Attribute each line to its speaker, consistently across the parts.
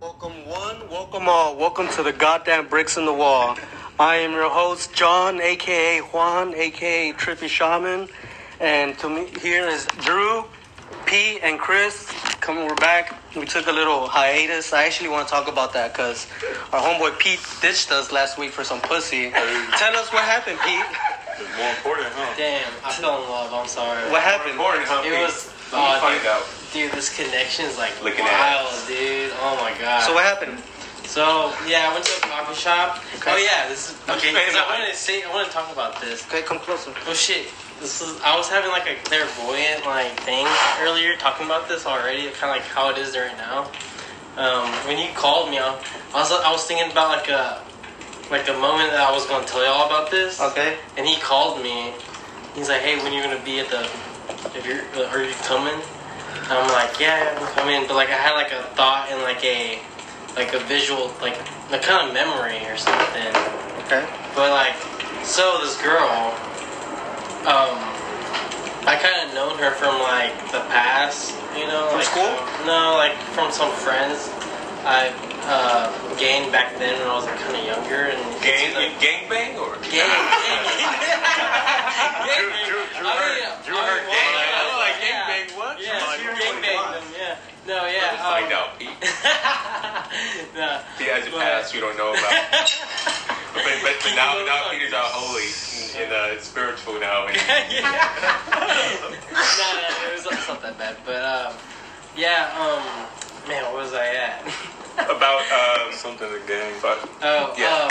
Speaker 1: Welcome one, welcome all, welcome to the goddamn bricks in the wall. I am your host John, aka Juan, aka Trippy Shaman, and to me here is Drew, P, and Chris. Come, we're back. We took a little hiatus. I actually want to talk about that because our homeboy Pete ditched us last week for some pussy. Tell us what happened, Pete.
Speaker 2: It's more important, huh?
Speaker 3: Damn, I fell in love. I'm sorry.
Speaker 1: What
Speaker 2: More
Speaker 1: happened?
Speaker 2: important, huh?
Speaker 3: It
Speaker 2: Pete?
Speaker 3: was.
Speaker 2: Let me
Speaker 3: aw,
Speaker 2: find
Speaker 3: dude,
Speaker 2: out.
Speaker 3: Dude, this connection's like
Speaker 2: Looking at
Speaker 3: wild, dude. Oh my god.
Speaker 1: So
Speaker 3: So,
Speaker 1: what happened?
Speaker 3: yeah, I went to a coffee shop.
Speaker 1: Okay.
Speaker 3: Oh yeah, this is
Speaker 1: Okay,
Speaker 3: okay. 'cause
Speaker 1: no.
Speaker 3: I wanted to say, I want to talk about this.
Speaker 1: Okay, come closer.
Speaker 3: Oh shit, this is. I was having like a clairvoyant like thing earlier, talking about this already, kind of like how it is right now. Um, when you called me, I I was I was thinking about like a like the moment that I was gonna tell y'all about this.
Speaker 1: Okay.
Speaker 3: And he called me. He's like, "Hey, when you gonna be at the? If you're, uh, are you coming?" And I'm like, "Yeah, I'm coming." But like, I had like a thought and like a, like a visual, like a kind of memory or something.
Speaker 1: Okay.
Speaker 3: But like, so this girl, um, I kind of known her from like the past, you know,
Speaker 1: From
Speaker 3: like,
Speaker 1: school?
Speaker 3: No, like from some friends I uh, gained back then when I was like, kind of younger and
Speaker 2: Gang, you gangbang or?
Speaker 3: Gang, gang.
Speaker 2: Drew, Drew, Drew, heard- Drew heard gang. I was like, gangbang, what?
Speaker 3: Yeah,
Speaker 2: She's like,
Speaker 3: she
Speaker 2: what do you
Speaker 3: gangbanged
Speaker 2: want?
Speaker 3: them, yeah. No,
Speaker 2: Let me
Speaker 3: yeah.
Speaker 2: find
Speaker 3: um,
Speaker 2: out, Pete.
Speaker 3: no.
Speaker 2: He has a
Speaker 3: but-
Speaker 2: past we don't know about. But, but, but now,
Speaker 3: Keep it
Speaker 2: now
Speaker 3: low.
Speaker 2: Peter's all holy and uh, spiritual now. And
Speaker 3: yeah. no, no, it was it's not that bad. But, um, yeah, um, man, where was I at?
Speaker 2: about um, something the gang. But
Speaker 3: Oh,
Speaker 2: Yeah.
Speaker 3: um,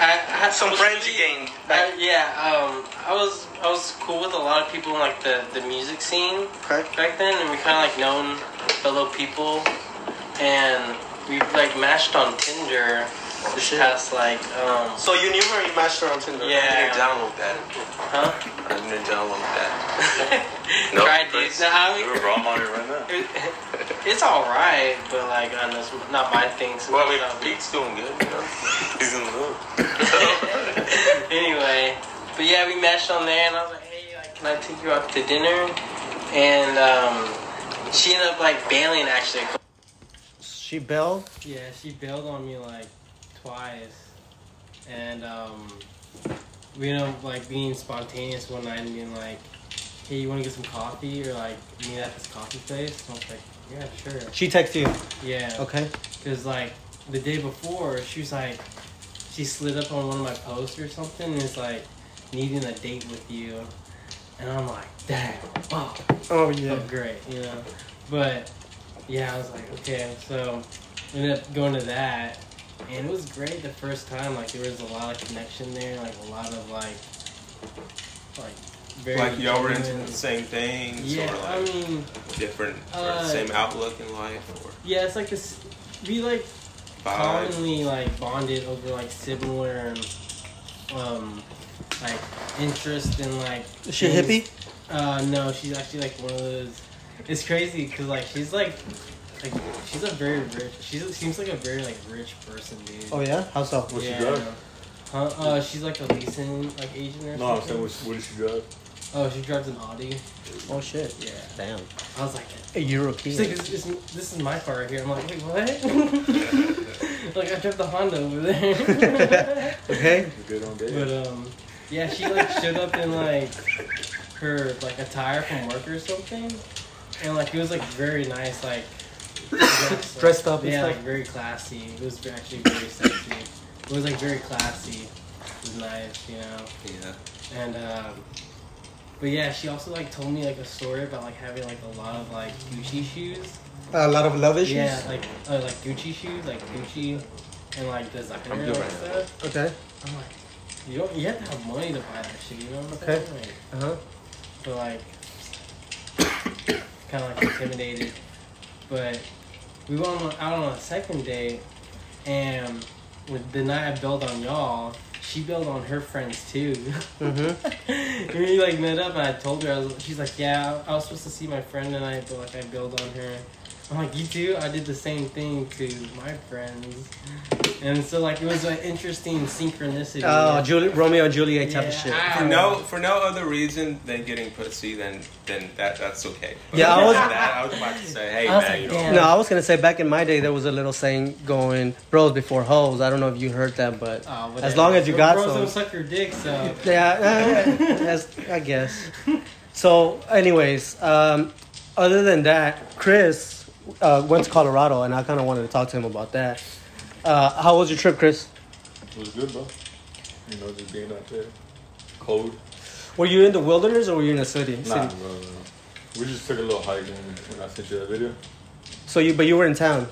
Speaker 3: I, I had
Speaker 1: Some
Speaker 3: was
Speaker 1: friends you
Speaker 3: really-
Speaker 1: gained.
Speaker 3: I, yeah, um, I was I was cool with a lot of people in like the, the music scene
Speaker 1: Okay.
Speaker 3: back then, and we kind of like known fellow people, and we like matched on Tinder this
Speaker 1: Shit.
Speaker 3: past like um
Speaker 1: So you knew her, you matched her on Tinder.
Speaker 3: yeah
Speaker 4: download that.
Speaker 3: huh
Speaker 4: I'm gonna download that.
Speaker 2: no,
Speaker 3: Right, dude.
Speaker 2: Chris,
Speaker 3: No, I mean-
Speaker 2: we were wrong on it right now.
Speaker 3: It- it's all right, but like I know it's not my thing. So
Speaker 4: Well, I mean,
Speaker 3: it's not me.
Speaker 4: Pete's doing good, you know. He's in love.
Speaker 3: anyway, but yeah, we matched on there, and I was like, hey, like, can I take you out to dinner? And um, she ended up like bailing actually.
Speaker 1: She bailed.
Speaker 3: Yeah, she bailed on me like twice, and um, we ended up like being spontaneous one night and being like, hey, you want to get some coffee or like meet at this coffee place? And I was like, yeah, sure.
Speaker 1: She texted you.
Speaker 3: Yeah.
Speaker 1: Okay.
Speaker 3: Because, like, the day before, she was like, she slid up on one of my posts or something, and it's like, needing a date with you. And I'm like, dang, wow,
Speaker 1: Oh
Speaker 3: oh, great, you know? But, yeah, I was like, okay, so ended up going to that. And it was great the first time. Like, there was a lot of connection there, like, a lot of, like, like, very.
Speaker 4: Like y'all were into
Speaker 3: genuine-
Speaker 4: the same things,
Speaker 3: Yeah,
Speaker 4: or
Speaker 3: I
Speaker 4: like
Speaker 3: mean,
Speaker 4: different, or
Speaker 3: uh,
Speaker 4: same outlook in life, or
Speaker 3: yeah, it's like this. We, like,
Speaker 4: vibe.
Speaker 3: commonly like bonded over like similar um like interest in like
Speaker 1: Is she a
Speaker 3: things.
Speaker 1: hippie?
Speaker 3: uh no she's actually like one of those it's crazy because like she's like like she's a very rich she seems like a very like rich person dude
Speaker 1: Oh yeah. How so?
Speaker 2: What's she
Speaker 3: yeah,
Speaker 2: drive?
Speaker 3: Huh? Uh, she's like a leasing like agent or
Speaker 2: No, I'm
Speaker 3: something.
Speaker 2: saying, what, what did she drive?
Speaker 3: oh, she drives an Audi.
Speaker 1: Oh shit.
Speaker 3: Yeah,
Speaker 1: Damn.
Speaker 3: I was like,
Speaker 1: A European.
Speaker 3: she's like, this, this, this is my car right here. I'm like, wait, what? like I drive the Honda over there.
Speaker 1: okay.
Speaker 2: Good on dating.
Speaker 3: But um, yeah, she like showed up in like her like attire from work or something, and like it was like very nice, like dress, like-
Speaker 1: Dressed up and
Speaker 3: Yeah,
Speaker 1: stuff.
Speaker 3: like very classy. It was actually very sexy. It was like very classy. It was nice, you know.
Speaker 4: Yeah.
Speaker 3: And um, but yeah, she also like told me like a story about like having like a lot of like Gucci shoes.
Speaker 1: A lot of love issues.
Speaker 3: Yeah, like uh, like Gucci shoes, like Gucci, and like designer
Speaker 4: I'm
Speaker 3: and
Speaker 4: doing it.
Speaker 3: stuff.
Speaker 1: Okay.
Speaker 3: I'm like, you don't, you have to have money to buy that shit, you know what I'm
Speaker 1: Okay.
Speaker 3: saying? Like,
Speaker 1: Uh huh.
Speaker 3: but like, kind of like intimidated. But we went on, out on a second date, and with the night I built on y'all, she built on her friends too.
Speaker 1: Mm-hmm.
Speaker 3: and we like met up, and I told her I was. She's like, yeah, I was supposed to see my friend tonight, but like I built on her. I'm like, you too? I did the same thing to my friends. And so, like, it was an interesting synchronicity.
Speaker 5: Oh, Juli- Romeo and Juliet type of
Speaker 3: Yeah.
Speaker 5: shit.
Speaker 3: Ah.
Speaker 4: For no, for no other reason than getting pussy, then then that that's okay. But
Speaker 5: Yeah, I
Speaker 4: other
Speaker 5: was-
Speaker 4: than that, I was about to say, hey
Speaker 3: I was
Speaker 4: man,
Speaker 3: like,
Speaker 4: you
Speaker 3: damn.
Speaker 4: know,
Speaker 5: No, I was gonna say back in my day there was a little saying going bros before hoes. I don't know if you heard that, but
Speaker 3: Oh, whatever.
Speaker 5: as long as you
Speaker 3: Bro-
Speaker 5: got
Speaker 3: Bros
Speaker 5: some.
Speaker 3: don't suck your dick, so.
Speaker 5: yeah, uh, that's, I guess. So, anyways, um, other than that, Chris uh, went to Colorado, and I kind of wanted to talk to him about that. Uh, how was your trip, Chris?
Speaker 6: It was good, bro. You know, just being out there. Cold.
Speaker 5: Were you in the wilderness or were you in the city?
Speaker 6: Nah,
Speaker 5: city?
Speaker 6: bro. no. We just took a little hike when, when I sent you that video.
Speaker 5: So you, but you were in town.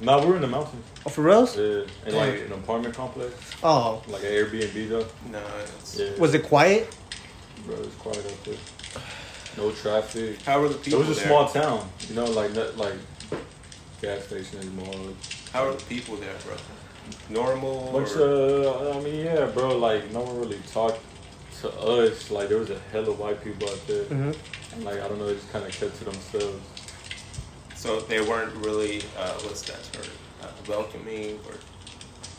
Speaker 6: Nah, we were in the mountains.
Speaker 5: Oh, for reals?
Speaker 6: Yeah. In like an apartment complex.
Speaker 5: Oh,
Speaker 6: Like an Airbnb, though.
Speaker 4: no, it's-
Speaker 6: Yeah.
Speaker 5: was it quiet?
Speaker 6: Bro, it's quiet out there. No traffic.
Speaker 4: how are the
Speaker 6: It
Speaker 4: people?
Speaker 6: was a
Speaker 4: there?
Speaker 6: small town. You know, like, not, like gas stations, malls.
Speaker 4: How are the people there, bro? Normal.
Speaker 6: Bunch
Speaker 4: or-
Speaker 6: of, uh, I mean, yeah, bro. Like no one really talked to us. Like there was a hell of white people out there.
Speaker 5: Mhm.
Speaker 4: Mm-hmm.
Speaker 6: And, like I don't know, they just kind of kept to themselves.
Speaker 4: So they weren't really uh, what's that term? Uh, welcoming or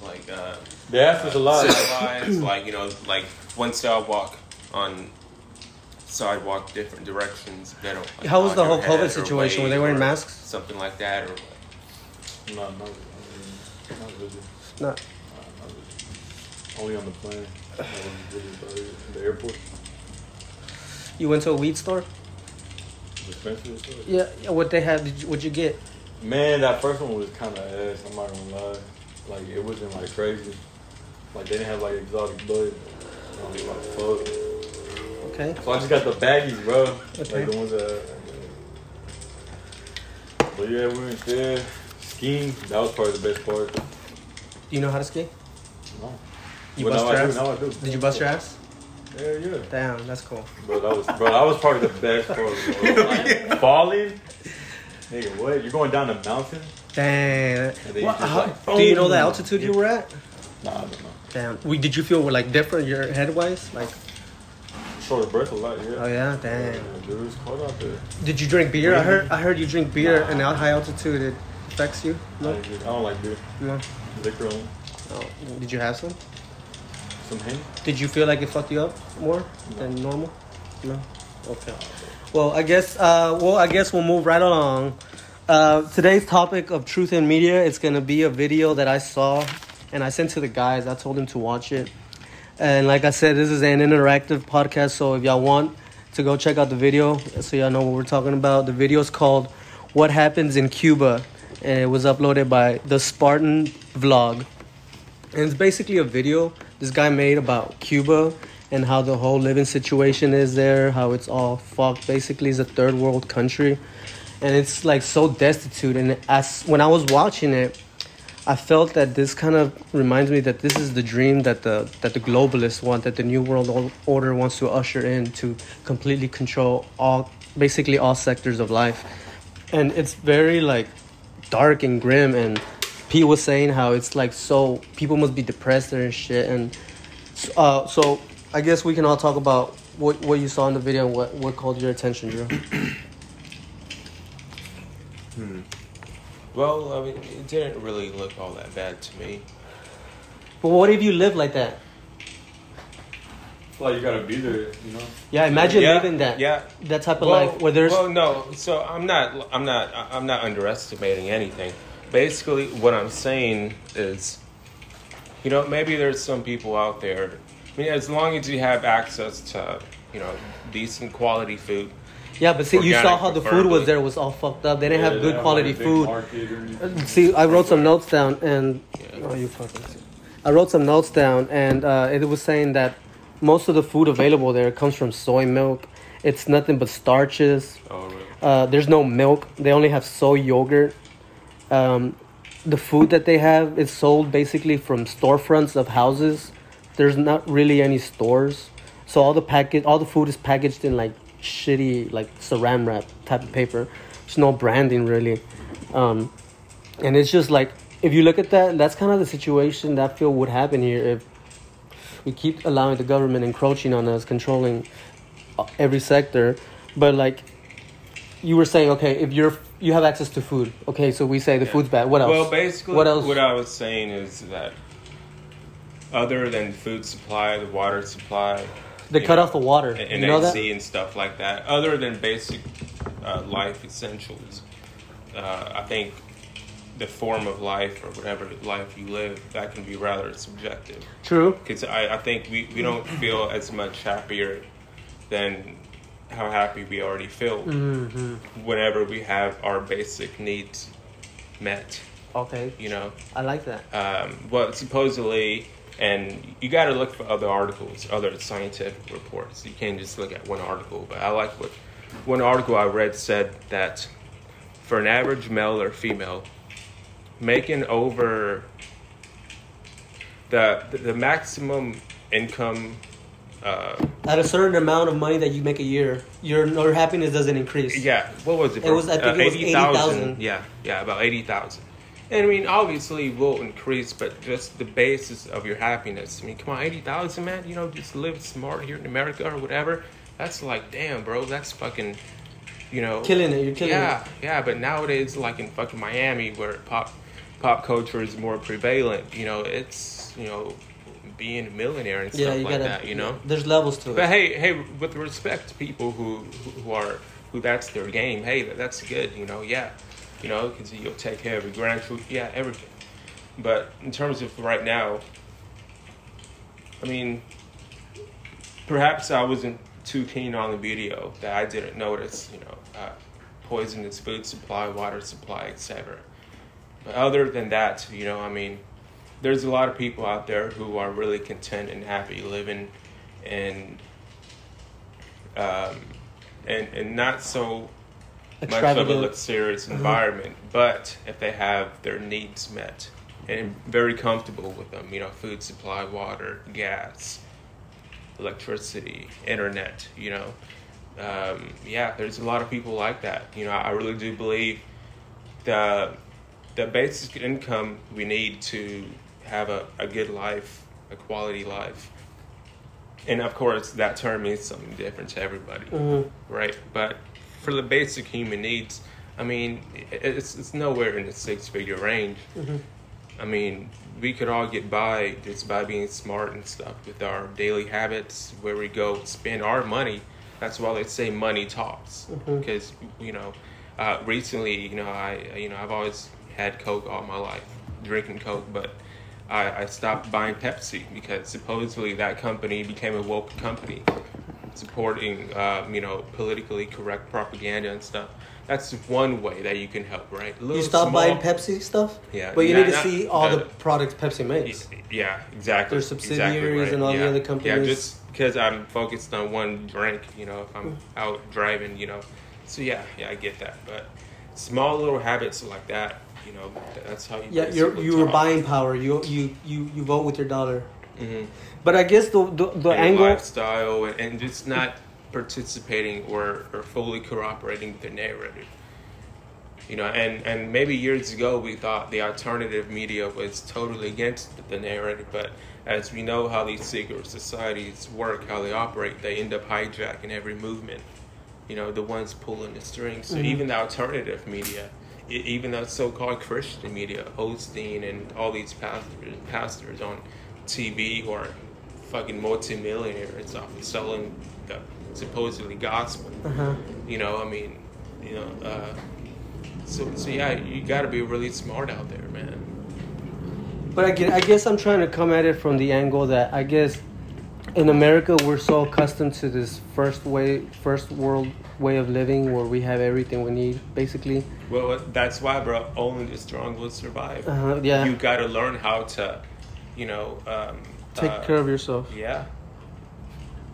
Speaker 4: like uh,
Speaker 6: They asked us a lot. like,
Speaker 4: civilized, like you know, like one style walk on sidewalk, different directions. They don't. Like,
Speaker 5: How was
Speaker 4: nod
Speaker 5: the
Speaker 4: your
Speaker 5: whole COVID
Speaker 4: head or
Speaker 5: situation? Were
Speaker 4: wave
Speaker 5: they wearing
Speaker 4: or
Speaker 5: masks?
Speaker 4: Something like that, or
Speaker 6: no, not, I mean, not really.
Speaker 5: No.
Speaker 6: Nah, not really. Only on the plane. That was really about it. The airport.
Speaker 5: You went to a weed store?
Speaker 6: The Spencer or something.
Speaker 5: Yeah. yeah, What they had? Did you, what'd you get?
Speaker 6: Man, that first one was kind of ass. I'm not gonna lie. Like it wasn't like crazy. Like they didn't have like exotic blood. I was like, fuck.
Speaker 5: Okay.
Speaker 6: So I just got the baggies, bro.
Speaker 5: Okay.
Speaker 6: Like the ones that. But yeah, we went there skiing. That was probably the best part.
Speaker 5: Do you know how to ski?
Speaker 6: No.
Speaker 5: You
Speaker 6: But
Speaker 5: bust
Speaker 6: now
Speaker 5: your
Speaker 6: I do,
Speaker 5: ass?
Speaker 6: now I do.
Speaker 5: Did you bust your ass?
Speaker 6: Yeah, yeah.
Speaker 5: Damn, that's cool.
Speaker 6: Bro, that was bro. That was probably the best part. Bro. Like, falling. Nigga, what? You're going down the mountain?
Speaker 5: Dang.
Speaker 6: And then you
Speaker 5: Wha-
Speaker 6: just,
Speaker 5: how-
Speaker 6: like,
Speaker 5: Uh-huh. do you know
Speaker 6: boom.
Speaker 5: the altitude you were at?
Speaker 6: Nah, I don't know.
Speaker 5: Damn. We, did you feel like different your head wise? Like,
Speaker 6: Short of breath a lot, yeah.
Speaker 5: oh yeah,
Speaker 6: Yeah,
Speaker 5: damn.
Speaker 6: Dude, it's cold out there.
Speaker 5: Did you drink beer? I heard I heard you drink beer and at high altitude it affects you.
Speaker 6: I,
Speaker 5: No.
Speaker 6: don't drink- I don't like beer.
Speaker 5: No.
Speaker 6: Liquor only.
Speaker 5: Oh, did you have some?
Speaker 6: Some hen.
Speaker 5: Did you feel like it fucked you up more than normal? No. Okay. Well, I guess uh, well I guess we'll move right along. Uh, today's topic of truth in media it's gonna be a video that I saw and I sent to the guys. I told them to watch it. And like I said, this is an interactive podcast, so if y'all want to go check out the video, so y'all know what we're talking about. The video is called "What Happens in Cuba," and it was uploaded by the Spartan Vlog and it's basically a video this guy made about Cuba and how the whole living situation is there, how it's all fucked. Basically, it's a third world country, and it's like so destitute. And as when I was watching it, I felt that this kind of reminds me that this is the dream that the that the globalists want, that the new world or- order wants to usher in to completely control all, basically all sectors of life, and it's very like dark and grim and. Pete was saying how it's like so people must be depressed there and shit and uh, so I guess we can all talk about what, what you saw in the video and what, what called your attention, Drew.
Speaker 4: well, I mean, it didn't really look all that bad to me.
Speaker 5: But what if you live like that?
Speaker 6: Like you gotta be there, you know.
Speaker 5: Yeah, imagine
Speaker 4: Yeah,
Speaker 5: living that
Speaker 4: yeah.
Speaker 5: that type of life where there's
Speaker 4: well, no. So I'm not. I'm not. I'm not underestimating anything. Basically, what I'm saying is, you know, maybe there's some people out there. I mean, as long as you have access to, you know, decent quality food.
Speaker 5: yeah, but see you saw
Speaker 4: organic
Speaker 5: how the food
Speaker 4: preferably.
Speaker 5: was there was all fucked up. They didn't
Speaker 6: Yeah,
Speaker 5: have
Speaker 6: they
Speaker 5: good
Speaker 6: have,
Speaker 5: quality
Speaker 6: like, a big
Speaker 5: food. Uh,
Speaker 6: market or anything.
Speaker 5: See, I wrote some notes down, and oh, you fucking. I wrote some notes down, and uh, it was saying that most of the food available there comes from soy milk. It's nothing but starches.
Speaker 4: Oh, really?
Speaker 5: Uh, there's no milk. They only have soy yogurt. Um, the food that they have is sold basically from storefronts of houses. There's not really any stores, so all the package, all the food is packaged in like shitty, like saran wrap type of paper. There's no branding really, um, and it's just like if you look at that, that's kind of the situation that I feel would happen here if we keep allowing the government encroaching on us, controlling uh, every sector. But like you were saying okay if you're you have access to food. Okay, so we say the
Speaker 4: Yeah.
Speaker 5: food's bad. What else?
Speaker 4: Well, basically,
Speaker 5: What else?
Speaker 4: what I was saying is that other than food supply, the water supply,
Speaker 5: they
Speaker 4: you
Speaker 5: cut
Speaker 4: know,
Speaker 5: off the water.
Speaker 4: and,
Speaker 5: you know that?
Speaker 4: AC and stuff like that, other than basic uh, life essentials, uh, I think the form of life or whatever life you live that can be rather subjective.
Speaker 5: True.
Speaker 4: Because I, I think we, we don't feel as much happier than how happy we already feel
Speaker 5: Mm-hmm.
Speaker 4: whenever we have our basic needs met,
Speaker 5: Okay,
Speaker 4: you know?
Speaker 5: I like that.
Speaker 4: um, well, supposedly, and you got to look for other articles, other scientific reports. You can't just look at one article. But I like what one article I read said that for an average male or female, making over the the maximum income. Uh,
Speaker 5: At a certain amount of money that you make a year, your your happiness doesn't increase.
Speaker 4: yeah, what was it?
Speaker 5: It was- I think it was
Speaker 4: 80,000.
Speaker 5: 80,000.
Speaker 4: Yeah, yeah, about eighty thousand. And I mean, obviously, will increase, but just the basis of your happiness. I mean, come on, eighty thousand, man. You know, just live smart here in America or whatever. That's like, damn, bro. That's fucking, you know,
Speaker 5: Killing it, you're killing
Speaker 4: yeah, yeah. But nowadays, like in fucking Miami, where pop pop culture is more prevalent, you know, it's you know, being a millionaire and stuff
Speaker 5: Yeah, you
Speaker 4: like
Speaker 5: gotta.
Speaker 4: that. You know,
Speaker 5: there's levels to it.
Speaker 4: but hey, hey, with respect to people who who are who that's their game. Hey, that, that's good. You know, yeah, you know, because you'll take care of your grandchildren. Yeah, everything. But in terms of right now, I mean, perhaps I wasn't too keen on the video that I didn't notice. You know, uh, poisonous food supply, water supply, etc. But other than that, you know, I mean, there's a lot of people out there who are really content and happy living and um, and and not so much of a
Speaker 5: Extravagant.
Speaker 4: luxurious environment, but if they have their needs met and very comfortable with them, you know, food supply, water, gas, electricity, internet, you know. Um, yeah, there's a lot of people like that. You know, I really do believe the the basic income we need to have a, a good life, a quality life. And of course, that term means something different to everybody, right? But for the basic human needs, I mean, i- it's, it's nowhere in the six figure range. I mean, we could all get by just by being smart and stuff with our daily habits, where we go spend our money. That's why they say money talks,
Speaker 5: Mm-hmm.
Speaker 4: because you know, uh, recently, you know, I you know I've always had Coke all my life, drinking Coke, but I, I stopped buying Pepsi because supposedly that company became a woke company, supporting uh, you know politically correct propaganda and stuff. That's one way that you can help, right?
Speaker 5: you
Speaker 4: Little
Speaker 5: stop
Speaker 4: small-
Speaker 5: buying Pepsi stuff.
Speaker 4: Yeah,
Speaker 5: But you
Speaker 4: nah,
Speaker 5: need to
Speaker 4: nah,
Speaker 5: see all
Speaker 4: nah.
Speaker 5: the products Pepsi makes.
Speaker 4: Yeah, exactly.
Speaker 5: Their
Speaker 4: exactly
Speaker 5: subsidiaries and all the
Speaker 4: yeah.
Speaker 5: other
Speaker 4: Yeah,
Speaker 5: companies.
Speaker 4: just because I'm focused on one drink, you know, if I'm out driving, you know. So yeah, yeah, I get that. But small little habits like that, you know, th- that's how you.
Speaker 5: Yeah, you're,
Speaker 4: basically
Speaker 5: you were
Speaker 4: talk.
Speaker 5: buying power. You you you you vote with your dollar.
Speaker 4: Mhm.
Speaker 5: But I guess the the, the
Speaker 4: Your
Speaker 5: angle.
Speaker 4: lifestyle, and, and just not participating or, or fully cooperating with the narrative. You know, and, and maybe years ago we thought the alternative media was totally against the narrative, but as we know how these secret societies work, how they operate, they end up hijacking every movement. You know, the ones pulling the strings. So even the alternative media, e- even the so-called Christian media, Osteen and all these pastors, pastors on TV who are fucking multimillionaires off of selling the supposedly gospel.
Speaker 5: Uh-huh.
Speaker 4: You know, I mean, you know, uh, so so yeah, you got to be really smart out there, man.
Speaker 5: But I guess, I guess I'm trying to come at it from the angle that I guess in America we're so accustomed to this first way, first world way of living where we have everything we need, basically.
Speaker 4: Well, that's why, bro. Only the strong will survive.
Speaker 5: Uh, yeah.
Speaker 4: Uh-huh. You got to learn how to, you know, um,
Speaker 5: Take
Speaker 4: uh,
Speaker 5: care of yourself.
Speaker 4: Yeah.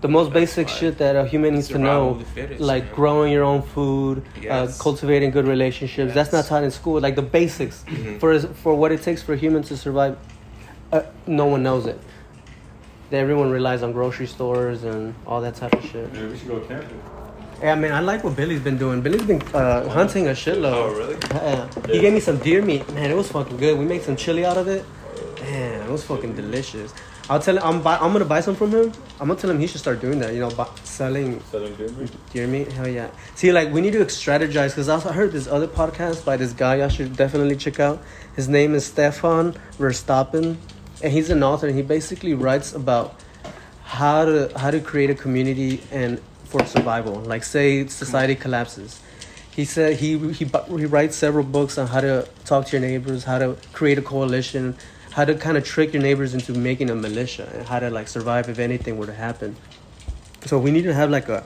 Speaker 5: The most
Speaker 4: that's
Speaker 5: basic
Speaker 4: why
Speaker 5: shit that a human needs to
Speaker 4: survival
Speaker 5: know,
Speaker 4: of the fittest,
Speaker 5: like
Speaker 4: man.
Speaker 5: growing your own food,
Speaker 4: Yes.
Speaker 5: uh, cultivating good relationships. That's not
Speaker 4: Yes. Mm-hmm.
Speaker 5: taught in school. Like the basics for for what it takes for humans to survive. Uh, no one knows it. Everyone relies on grocery stores and all that type of shit.
Speaker 6: Dude, we should go camping.
Speaker 5: Yeah, I mean, I like what Billy's been doing. Billy's been uh, hunting a shitload.
Speaker 4: Oh, really?
Speaker 5: Yeah. He gave me some deer meat. Man, it was fucking good. We made some chili out of it. Man, it was fucking delicious. I'll tell. I'm. Buy, I'm gonna buy some from him. I'm gonna tell him he should start doing that. You know, bu selling
Speaker 6: Southern Denver.
Speaker 5: do you hear me? Hell yeah. See, like, we need to strategize because I also heard this other podcast by this guy y'all should definitely check out. His name is Stefan Verstappen, and he's an author. And he basically writes about how to how to create a community and for survival. Like, say society collapses, he said he he bu- he writes several books on how to talk to your neighbors, how to create a coalition, how to kind of trick your neighbors into making a militia, and how to like survive if anything were to happen. So we need to have like a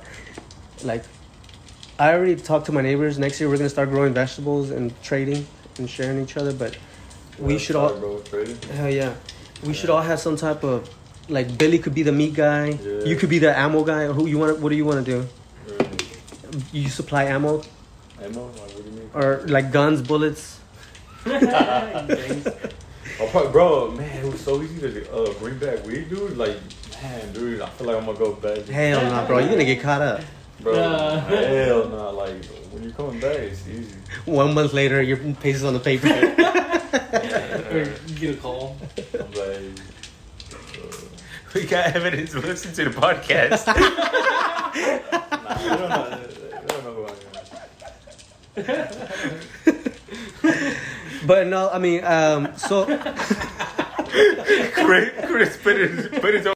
Speaker 5: like I already talked to my neighbors. Next year we're gonna start growing vegetables and trading and sharing each other. But we should all
Speaker 6: Bro, trading.
Speaker 5: hell yeah, we should all have some type of like Billy could be the meat guy.
Speaker 6: Yeah.
Speaker 5: You could be the ammo guy. Or who you want? What do you want to do?
Speaker 6: Right.
Speaker 5: You supply ammo
Speaker 6: Ammo? Like, what do you mean?
Speaker 5: or like guns, bullets.
Speaker 6: Oh, probably, bro, man, it was so easy to uh, bring back weed, dude. Like, man, dude, I feel like I'm gonna go back.
Speaker 5: Hell no, bro. You're gonna get caught up.
Speaker 6: Bro,
Speaker 2: Nah.
Speaker 6: hell nah. Like, when you're coming back, it's easy.
Speaker 5: One month later, your face is on the paper.
Speaker 2: Or you get a call.
Speaker 6: I'm like,
Speaker 4: We got evidence. Listen to the podcast.
Speaker 6: nah, they don't know, they don't know who I am.
Speaker 5: but no, I mean, um, so
Speaker 4: Chris, Chris put his put his own.